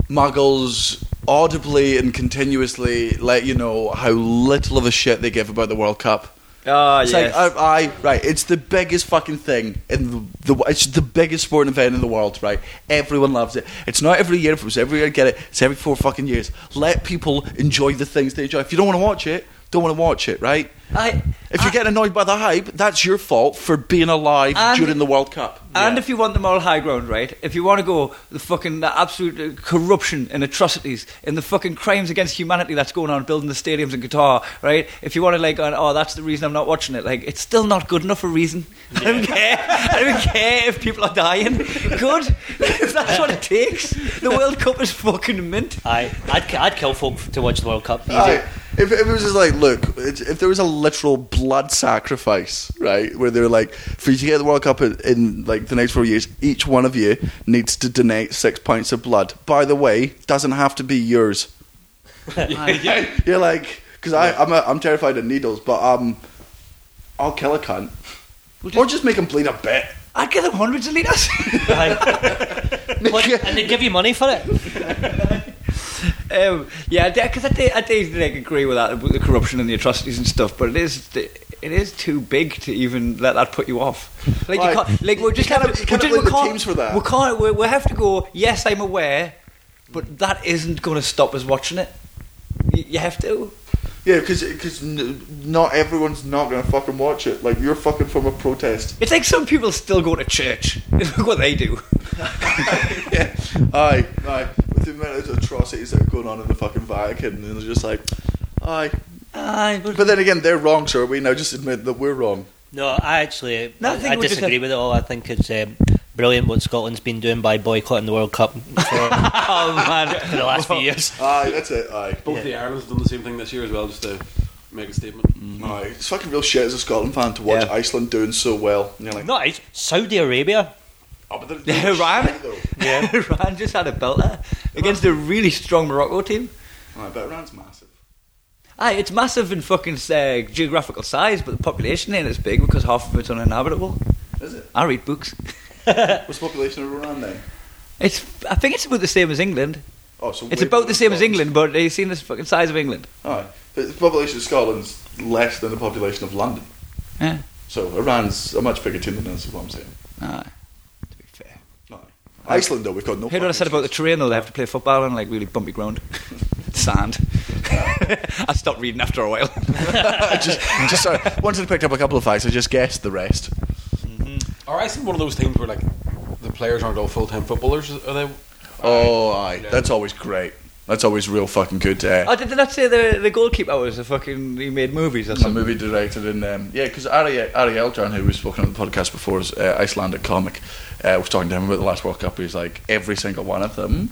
Muggles audibly and continuously let you know how little of a shit they give about the World Cup. Ah, It's yes. like I, I right. It's the biggest fucking thing in the, the. It's the biggest sporting event in the world, right? Everyone loves it. It's not every year. If it was every year, I'd get it. It's every four fucking years. Let people enjoy the things they enjoy. If you don't want to watch it, don't want to watch it, right? I- if you're I- getting annoyed by the hype, that's your fault for being alive And- during the World Cup. And if you want the moral high ground, right? If you want to go the fucking absolute uh, corruption and atrocities and the fucking crimes against humanity that's going on building the stadiums in Qatar, right? If you want to like, go, oh, that's the reason I'm not watching it. Like, it's still not good enough a reason. I don't care. I don't care if people are dying. Good. [laughs] if that's what it takes. The World Cup is fucking mint. I I'd, ki- I'd kill folk to watch the World Cup. Easy. Aye. If, if it was just like, look, it's- if there was a literal blood sacrifice, right, where they were like, for you to get the World Cup in, in like the next four years, each one of you needs to donate six pints of blood. By the way, doesn't have to be yours. You're like, because I'm a, I'm terrified of needles, but um, I'll kill a cunt, or just make him bleed a bit. I'd give them hundreds of litres. What- and they give you money for it. Um, yeah, because I do, I do like, agree with that about the corruption and the atrocities and stuff, but it is it is too big to even let that put you off. Like, Right. you can't, like we're just You kind cannot- of you cannot blame the teams for that. We can't. We, we have to go. Yes, I'm aware, but that isn't going to stop us watching it. Y- You have to. Yeah, because n- not everyone's not gonna fucking watch it. Like you're fucking from a protest. It's like some people still go to church. [laughs] Look what they do. [laughs] yeah. Aye, aye. With the amount of atrocities that are going on in the fucking Vatican, and they're just like, aye. Aye, but But then again, they're wrong, so we now just admit that we're wrong. No, I actually No, I I, think I we'll just disagree have- with it all. I think it's um, brilliant what Scotland's been doing by boycotting the World Cup [laughs] for, oh, man. for the last few years. Aye, that's it, aye. Both the Irelands have done the same thing this year as well, just to make a statement. Aye. It's fucking real shit as a Scotland fan to watch Mm. Yeah. Iceland doing so well. And you're like, Not [laughs] it's Saudi Arabia. oh, [laughs] but they're [laughs] doing Yeah, Ryan. shit, though. Yeah, [laughs] Ryan just had a belter against a really strong Morocco team. Aye, but Iran's massive. Aye, it's massive in fucking uh, geographical size, but the population ain't as big because half of it's uninhabitable. Is it? I read books. What's the population of Iran then? It's, I think it's about the same as England. Oh, so It's way about more the same as Scotland's- England, but they've seen the fucking size of England. Aye. But the population of Scotland's less than the population of London. Yeah. So Iran's a much bigger team than us, is what I'm saying. Aye. To be fair. Aye. Iceland, though, we've got no. Heard what I fucking said [laughs] about the terrain, though. They have to play football on like really bumpy ground, [laughs] sand. [laughs] I stopped reading after a while. I [laughs] just, just uh, sorry. Once I picked up a couple of facts, I just guessed the rest. Are Iceland one of those teams where like the players aren't all full time footballers? Are they? Oh, aye. Yeah. That's always great. That's always real fucking good. Uh, oh, did they not say the the goalkeeper was a fucking? He made movies or a something. movie director in um, yeah, because Ari Ari Eldran, who we've spoken on the podcast before, is uh, Icelandic comic. Uh, was talking to him about the last World Cup. He's like every single one of them,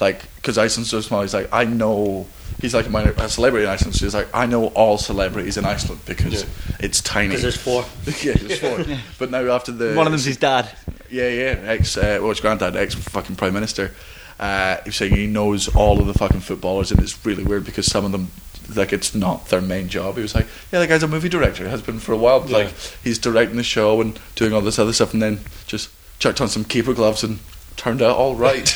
like because Iceland's so small. He's like I know. He's like a, minor, a celebrity in Iceland. So he's like I know all celebrities in Iceland because it's tiny. Because there's four. [laughs] yeah, there's four. [laughs] But now after the One of them's his dad. Yeah, yeah. Ex, uh, well, his granddad, ex fucking prime minister. Uh, he was saying he knows all of the fucking footballers, and it's really weird because some of them, like, it's not their main job. He was like, "Yeah, the guy's a movie director. Has been for a while. Yeah. Like, he's directing the show and doing all this other stuff, and then just chucked on some keeper gloves and turned out all right."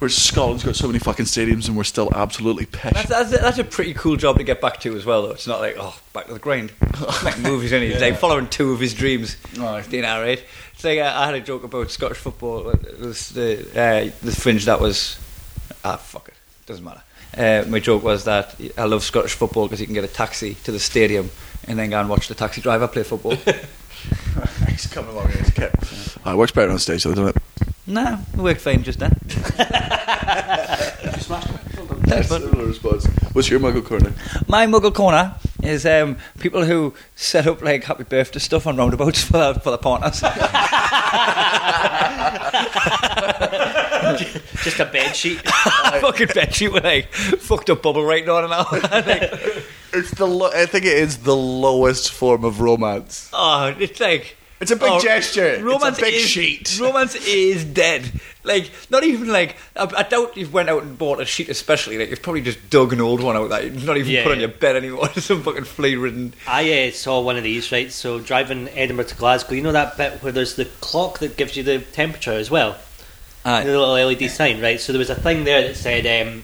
Whereas Scotland's got so many fucking stadiums, and we're still absolutely That's, pissed. that's, that's a pretty cool job to get back to as well, though. It's not like, oh, back to the grind. [laughs] It's Making movies, any like following two of his dreams. Aye. You know, right? It's like uh, I, I had a joke about Scottish football. It was the, uh, the fringe that was. Ah, fuck it. Doesn't matter. Uh, my joke was that I love Scottish football because you can get a taxi to the stadium and then go and watch the taxi driver play football. [laughs] He's coming along. He's kept. Uh, it works better on stage, though, doesn't it? nah, it worked fine just then. That's similar response. What's your muggle corner? My Muggle Corner is um, people who set up like happy birthday stuff on roundabouts [laughs] for their, for their [laughs] partners. Just a bed sheet. I fucking bet you were like fucked up bubble right on and all. like, It's the lo- I think it is the lowest form of romance. [laughs] oh, it's like It's a big oh, gesture. It's a Romance big is, sheet. Romance is dead. Like not even like I, I doubt you've went out and bought a sheet, especially like you've probably just dug an old one out that you've not even Yeah, put on yeah. your bed anymore. [laughs] Some fucking flea ridden. I uh, saw one of these, right? So driving Edinburgh to Glasgow, you know that bit where there's the clock that gives you the temperature as well? The little LED sign, right? So there was a thing there that said, um,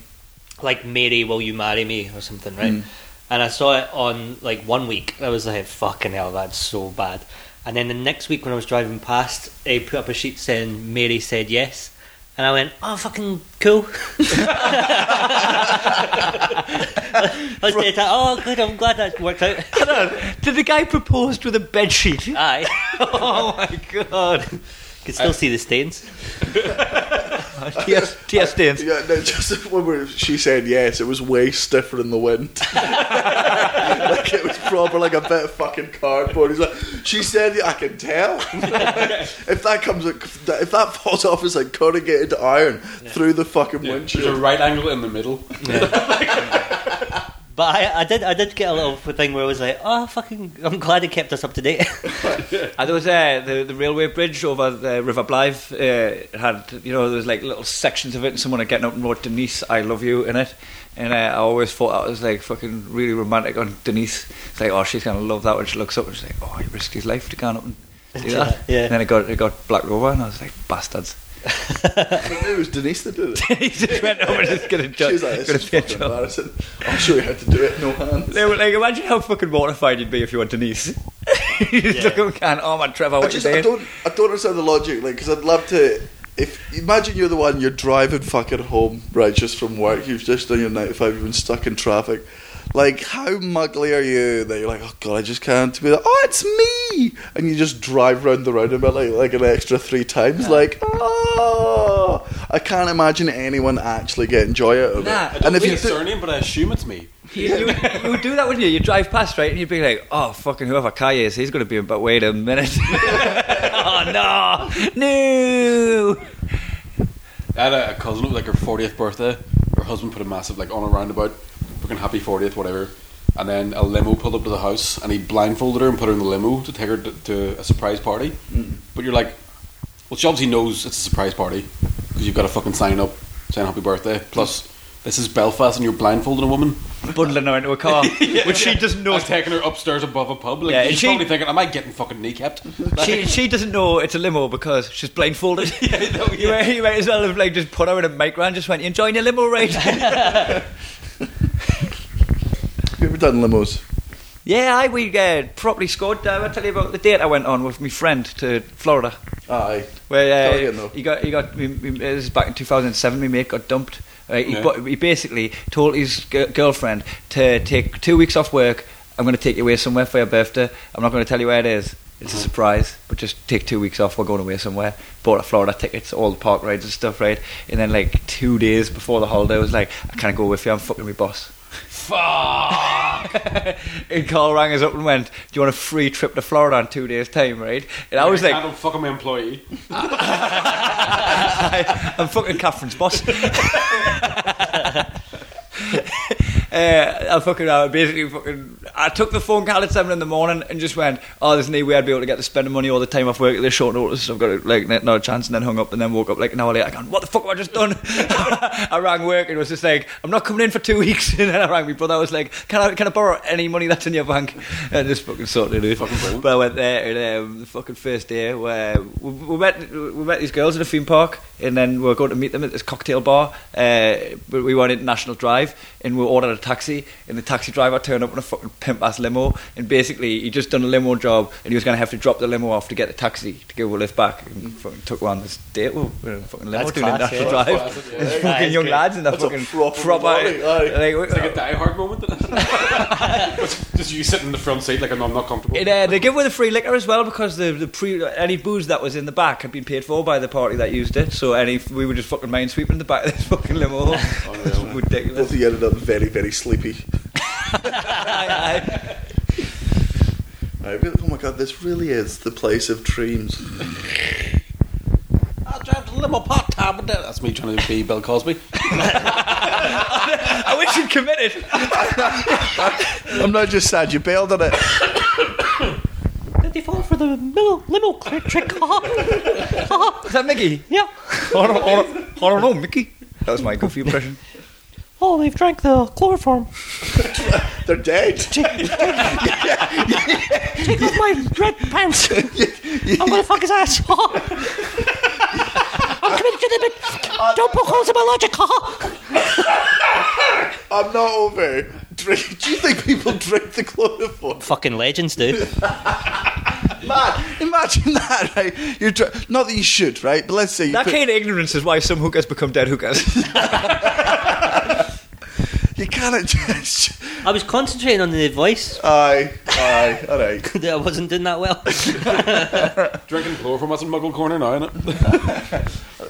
like, Mary, will you marry me? or something, right? And I saw it on, like, one week. I was like, fucking hell, that's so bad. And then the next week when I was driving past, they put up a sheet saying, Mary said yes. And I went, oh, fucking cool. [laughs] I was there, oh, good, I'm glad that worked out. Did the guy proposed with a bed sheet? [laughs] Aye. [laughs] oh my god! Can still see the stains. Yes, yes, Dance. Yeah, no, just [laughs] when we she said yes, it was way stiffer in [laughs] the wind. like it was proper like a bit of fucking cardboard. He's like, she said, I can tell. [laughs] if that comes, if that falls off as like corrugated iron through the fucking There's a [laughs] windshield. right angle in the middle. But I, I did I did get a little thing where I was like, oh fucking, I'm glad it kept us up to date. [laughs] Uh, there was uh, the the railway bridge over the River Blythe. Uh, had you know there was like little sections of it, and someone had getting up and wrote Denise, I love you in it. And uh, I always thought that was like fucking really romantic on Denise. It's like oh she's gonna love that when she looks up and she's like oh he risked his life to go up [laughs] and do that. Yeah. And then it got it got blacked over, and I was like bastards. [laughs] It was Denise that did it. he just went over and just gonna She jump. was like, this gonna is be a fucking job." embarrassing. I'll show you how to do it, no hands. They were like, imagine how fucking mortified you'd be if you were [laughs] Denise. you just look up and oh my Trevor, I what you just I saying? don't I don't understand the logic, like because I'd love to. If imagine you're the one you're driving fucking home, right, just from work. You've just done your 95. You've been stuck in traffic. Like how muggly are you that you're like, oh god, I just can't be. Like, oh, it's me, and you just drive round the roundabout like like an extra three times. Like oh, I can't imagine anyone actually getting joy out of Nah, it. And if you a do, surname, but I assume it's me. You, you, you would do that, wouldn't you? You drive past, right, and you'd be like, "Oh, fucking whoever Kai is, he's going to be in." But wait a minute! [laughs] oh no, no! I had a, a cousin who, like her 40th birthday. Her husband put a massive like on a roundabout, fucking happy 40th, whatever. And then a limo pulled up to the house, and he blindfolded her and put her in the limo to take her to, to a surprise party. Mm. But you're like, well, she obviously knows it's a surprise party because you've got to fucking sign up, saying happy birthday. Plus, this is Belfast, and you're blindfolding a [laughs] woman, Bundling her into a [laughs] car, which she doesn't know. and taking her upstairs above a pub. Like, Yeah, and she's she- probably thinking, am I getting fucking kneecapped? She, she doesn't know it's a limo because she's [laughs] blindfolded. you, might, you might as well have like just put her in a mic and just went, "You enjoying your limo ride?" [laughs] have you ever done limos? yeah, I we uh, properly scored. Uh, I tell you about the date I went on with my friend to Florida. Aye. Well, Tell uh, again, though. he got he got we- we- this is back in 2007. My mate got dumped. Right, he, Yeah. bu- he basically told his g- girlfriend to take two weeks off work. I'm going to take you away somewhere for your birthday. I'm not going to tell you where it is. It's Mm-hmm. a surprise, but just take two weeks off. We're going away somewhere. Bought a Florida tickets, all the park rides and stuff, right? And then like two days before the holiday, I was like, I can't go with you. I'm fucking my boss. [laughs] and Carl rang us up and went, "Do you want a free trip to Florida in two days' time?" Right? And I was like, I don't fucking my employee. I, am fucking Catherine's boss. Uh, I fucking I basically fucking I took the phone call at seven in the morning and just went, oh, there's no way I'd be able to get to spend the money all the time off work at this short notice. I've got to, like n- not a chance, and then hung up and then woke up like an hour later. going, what the fuck have I just done? [laughs] I rang work and it was just like, I'm not coming in for two weeks. [laughs] And then I rang my brother. I was like, can I can I borrow any money that's in your bank? And just fucking sorted it. Fucking brilliant. But I went there and um, the fucking first day where we, we met we met these girls at a theme park and then we were going to meet them at this cocktail bar. Uh, but we were on International Drive and we ordered a taxi and the taxi driver turned up in a fucking pimp ass limo and basically he just done a limo job and he was going to have to drop the limo off to get the taxi to give a lift back and fucking took one this date. We were in a fucking limo That's doing class, International yeah. Drive. That's class, yeah. There's [laughs] That fucking is young great. lads in the That's a fucking proper volley, aye. like, It's like a Die Hard moment. [laughs] just you sitting in the front seat, like I'm not comfortable. It, uh, they give away the free liquor as well because the, the pre any booze that was in the back had been paid for by the party that used it. So any we were just fucking mind sweeping the back of this [laughs] fucking Oh, limo. It's Unreal. Both [laughs] ridiculous. of you ended up very very sleepy. Aye, aye. Right, really, oh my god, this really is the place of dreams. I drive the limo part time. with that- That's me trying to be Bill Cosby. I wish you'd committed. I'm not just sad you bailed on it. Did they fall for the limo, limo cl- trick? [laughs] Oh, Is that Mickey? yeah. [laughs] I don't, I don't- I don't know, Mickey. That was my [laughs] goofy impression. Oh, they've drank the chloroform. They're dead. Take off my red pants. I'm gonna fuck his ass. [laughs] I'm committed to the bit. Don't poke holes in my logic. [laughs] I'm not over. Drink. [laughs] Do you think people drink the chloroform? Fucking legends, dude. Man, imagine that, right? You're dr- not that you should, right? But let's say you That put- kind of ignorance is why some hookers become dead hookers. you can't just. I was concentrating on the voice. [laughs] Aye, aye, all right. I wasn't doing that [laughs] well. Drinking chloroform. That's in Muggle Corner now, isn't it?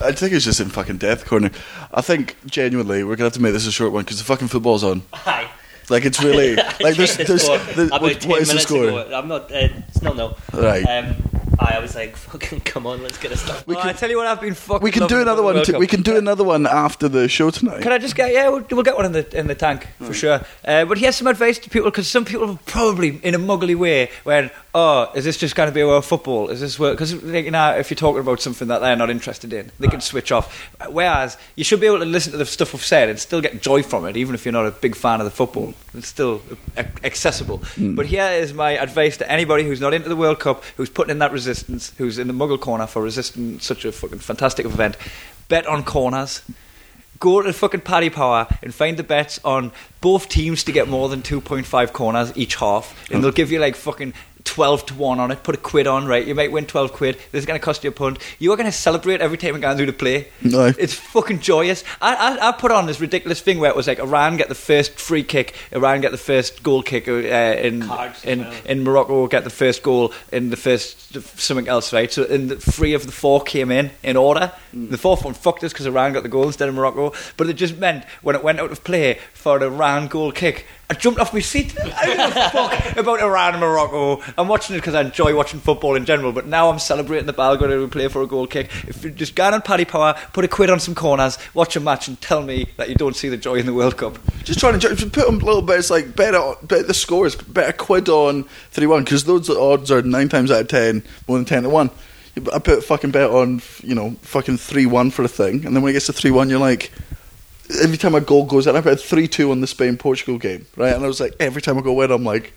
I think it's just in fucking death corner. I think genuinely we're gonna have to make this a short one because the fucking football's on. Hi. Like it's [laughs] [laughs] really like there's Check there's, score. there's About what, 10 what is the minutes score? ago. I'm not. Uh, it's not no. Right. Um, I, I was like, fucking, come on, let's get a start. Well, I tell you what, I've been fucking. We can do loving another the one. World T- Cup. we can do another one after the show tonight. Can I just get? Yeah, we'll, we'll get one in the in the tank for sure. Uh, but here's some advice to people because some people probably in a muggly way went, "Oh, is this just going to be about football? Is this work?" Because you know, if you're talking about something that they're not interested in, they can switch off. Whereas you should be able to listen to the stuff we've said and still get joy from it, even if you're not a big fan of the football. It's still ac- accessible. But here is my advice to anybody who's not into the World Cup, who's putting in that resistance, who's in the muggle corner for resisting such a fucking fantastic event. Bet on corners go to fucking Paddy Power and find the bets on both teams to get more than 2.5 corners each half, and they'll give you like fucking 12 to 1 on it. Put a quid on, right? You might win 12 quid. This is going to cost you a punt. You are going to celebrate every time it goes through the play. No. It's fucking joyous. I, I, I put on this ridiculous thing where it was like Iran get the first free kick, Iran get the first goal kick uh, in, Cards as in, well. in Morocco get the first goal in the first something else, right? So in the three of the four came in in order. The fourth one fucked us because Iran got the goal instead of Morocco. But it just meant when it went out of play for the Iran goal kick, I jumped off my seat. [laughs] I didn't give a fuck about Iran and Morocco. I'm watching it because I enjoy watching football in general. But now I'm celebrating the ball going to play for a goal kick. If you just go on Paddy Power, put a quid on some corners, watch a match, and tell me that you don't see the joy in the World Cup. Just trying to ju- put on little bits like bet on, bet the scores, bet a quid on three one because those odds are nine times out of ten more than ten to one. You- I put fucking bet on you know fucking three one for a thing, and then when it gets to three one, you're like. Every time a goal goes in, I bet three two on the Spain Portugal game, right? And I was like, every time I go in, I'm like,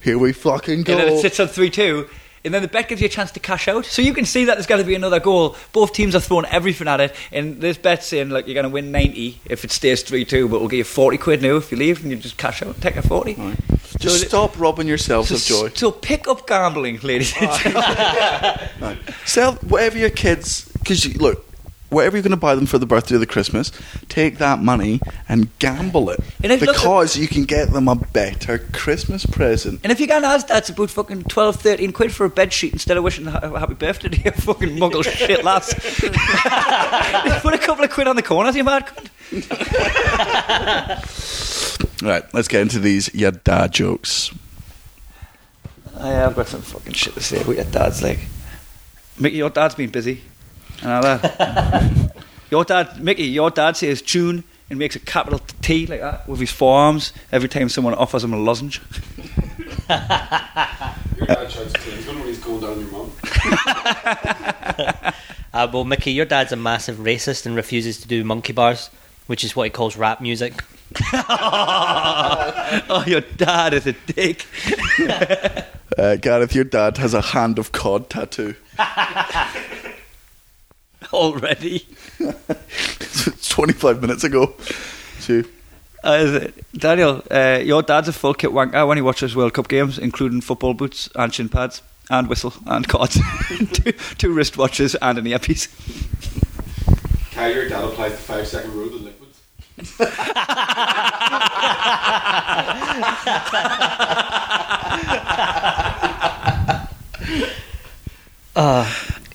here we fucking go. and then it sits on 3 2. And then the bet gives you a chance to cash out. So you can see that there's going to be another goal. Both teams are throwing everything at it. And this bet's saying, like, you're going to win 90 if it stays 3 2, but we'll give you 40 quid now if you leave and you just cash out, take a 40. Just So- stop robbing yourselves So, of joy. so pick up gambling, ladies and gentlemen. Sell whatever your kids, because you, look, whatever you're going to buy them for the birthday or the Christmas, take that money and gamble it. And if- look- because you can get them a better Christmas present. And if you're going to ask that, it's about fucking 12, 13 quid for a bed sheet instead of wishing a happy birthday to your fucking muggle shit lass. [laughs] Put a couple of quid on the corners, you mad cunt. Right, let's get into these your dad jokes. Oh, yeah, I've got some fucking shit to say about your dad's like. Mickey, your dad's been busy. And all that. your dad, Mickey, your dad says June and makes a capital T like that with his forearms every time someone offers him a lozenge. Your dad shouts Cleveland when he's going down your mum. Uh, well, Mickey, your dad's a massive racist and refuses to do monkey bars, which is what he calls rap [laughs] music. oh, your dad is a dick. Uh, Gareth, your dad has a hand of cod tattoo. [laughs] Already. It's 25 minutes ago. So, Uh, is it? Daniel, uh, your dad's a full kit wanker when he watches World Cup games, including football boots and shin pads and whistle and cards, [laughs] two, two wristwatches and an earpiece. Kyle, your dad applies the five second rule to liquids. Uh,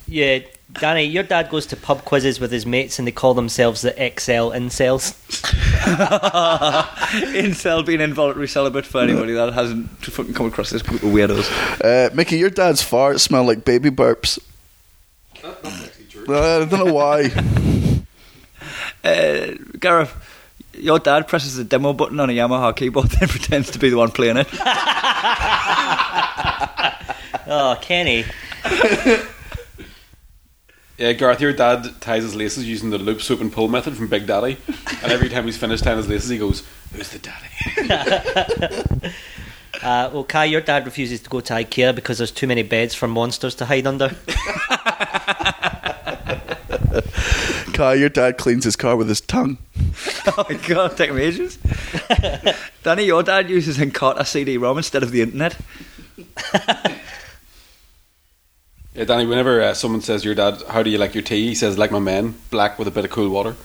Yeah, Danny, your dad goes to pub quizzes with his mates and they call themselves the XL incels. [laughs] Incel being involuntary celibate for anybody that hasn't fucking come across this group of weirdos. Uh, Mickey, your dad's farts smell like baby burps. That's actually true. Uh, I don't [laughs] know why. Uh, Gareth, your dad presses the demo button on a Yamaha keyboard [laughs] then pretends to be the one playing it. [laughs] Oh, Kenny. Yeah, Garth, your dad ties his laces using the loop soap and pull method from Big Daddy, and every time he's finished tying his laces, he goes, "Who's the daddy?" Uh, well, Kai, your dad refuses to go to IKEA because there's too many beds for monsters to hide under. Kai, your dad cleans his car with his tongue. oh my god, take me ages. Danny, your dad uses Encarta CD-ROM instead of the internet. [laughs] Yeah, Danny, whenever uh, someone says your dad, "How do you like your tea?" he says, "Like my man, black with a bit of cool water."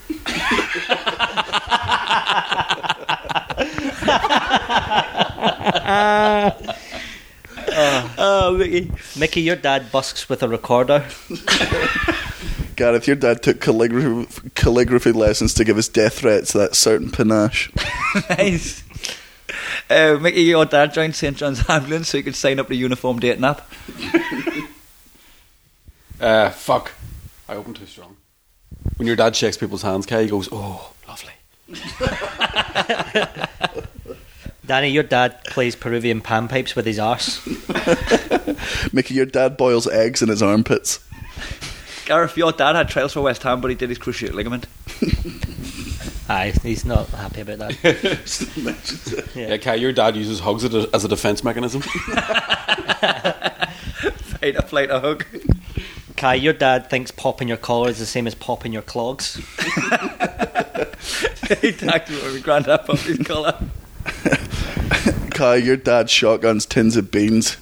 Oh, Mickey. Mickey, your dad busks with a recorder. Gareth, your dad took calligraphy, calligraphy lessons to give his death threats that certain panache. nice. Uh, Mickey, your dad joined St John's Ambulance so he could sign up to Uniform Dating App. Uh, fuck, I opened too strong. When your dad shakes people's hands, Kai, he goes, "Oh, lovely." Danny, your dad plays Peruvian panpipes with his arse. Mickey, your dad boils eggs in his armpits. [laughs] Gareth, your dad had trials for West Ham, but he did his cruciate ligament. [laughs] Aye, he's not happy about that. Yeah, Kai, your dad uses hugs as a- as a defense mechanism. Fight a flight a hug. [laughs] Kai, your dad thinks popping your collar is the same as popping your clogs. he tagged me with my granddad popped his collar. Kai, your dad shotguns tins of beans.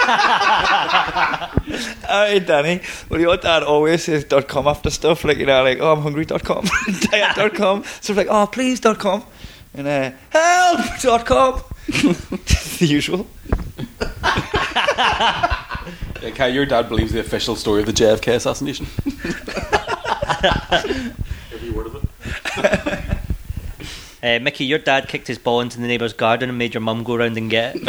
Alright, Danny. Well, your dad always says dot .com after stuff. Like, you know, like, oh, I'm hungry dot .com, [laughs] diet dot .com. So like, oh, please dot .com. And uh, help dot .com. [laughs] the usual. [laughs] Yeah, Kai, your dad believes the official story of the JFK [laughs] assassination. Every word of it. Uh, Mickey, your dad kicked his ball into the neighbour's garden and made your mum go round and get it.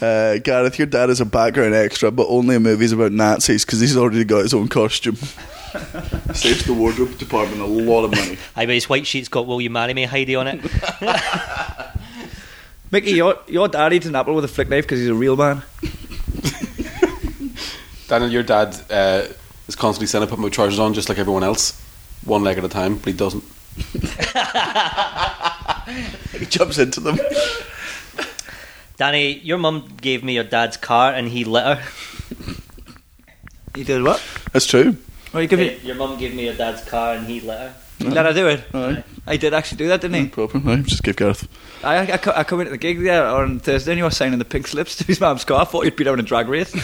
Uh, Gareth, your dad is a background extra, but only in movies about Nazis because he's already got his own costume. [laughs] Saves the wardrobe department a lot of money. I bet his white sheet's got Will You Marry Me Heidi on it. Mickey, your, your dad eats an apple with a flick knife because he's a real man. Daniel, your dad uh, is constantly saying, I put my trousers on just like everyone else, one leg at a time, but he doesn't. [laughs] He jumps into them. Danny, your mum gave me your dad's car and he lit her. He did what? That's true. Well, you give me. Your mum gave me your dad's car and he lit her. Did I do it? Aye. I did actually do that, didn't he? Proper. I just give Gareth. I, I, co- I come into the gig there on Thursday and you were signing the pink slips to his mum's car. I thought you'd be down a drag race.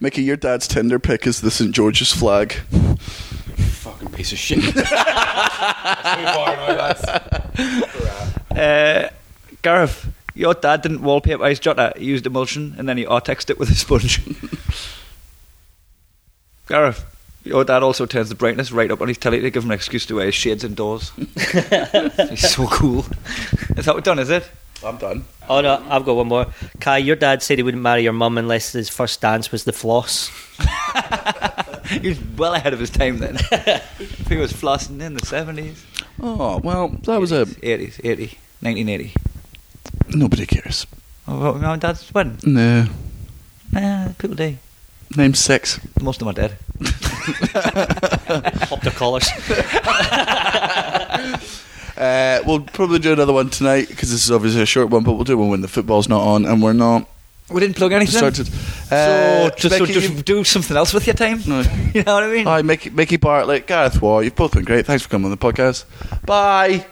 Mickey, your dad's Tinder pick is the St George's flag. Fucking piece of shit. [laughs] That's too far now, lads. Uh, Gareth, your dad didn't wallpaper his jotter. He used emulsion and then he artexed it with a sponge. [laughs] Gareth, your dad also turns the brightness right up on his telly to give him an excuse to wear his shades indoors. He's so cool. Is that what done, is it? I'm done. Oh no, I've got one more. Kai, your dad said he wouldn't marry your mum unless his first dance was the floss. He was well ahead of his time then. [laughs] he was flossing in the 70s. Oh well, that was a 80s, 80, 1980. nobody cares. Oh, well, my dad's wedding. No, Nah, people do. name six. Most of them are dead. Pop their collars. Uh, we'll probably do another one tonight because this is obviously a short one, but we'll do one when the football's not on and we're not We didn't plug anything. started. So Uh, just, so Becky, just you've- do something else with your time. No. [laughs] Oh, You know what I mean? Hi, Mickey, Mickey Bartlett, Gareth Waugh. You've both been great. Thanks for coming on the podcast. Bye.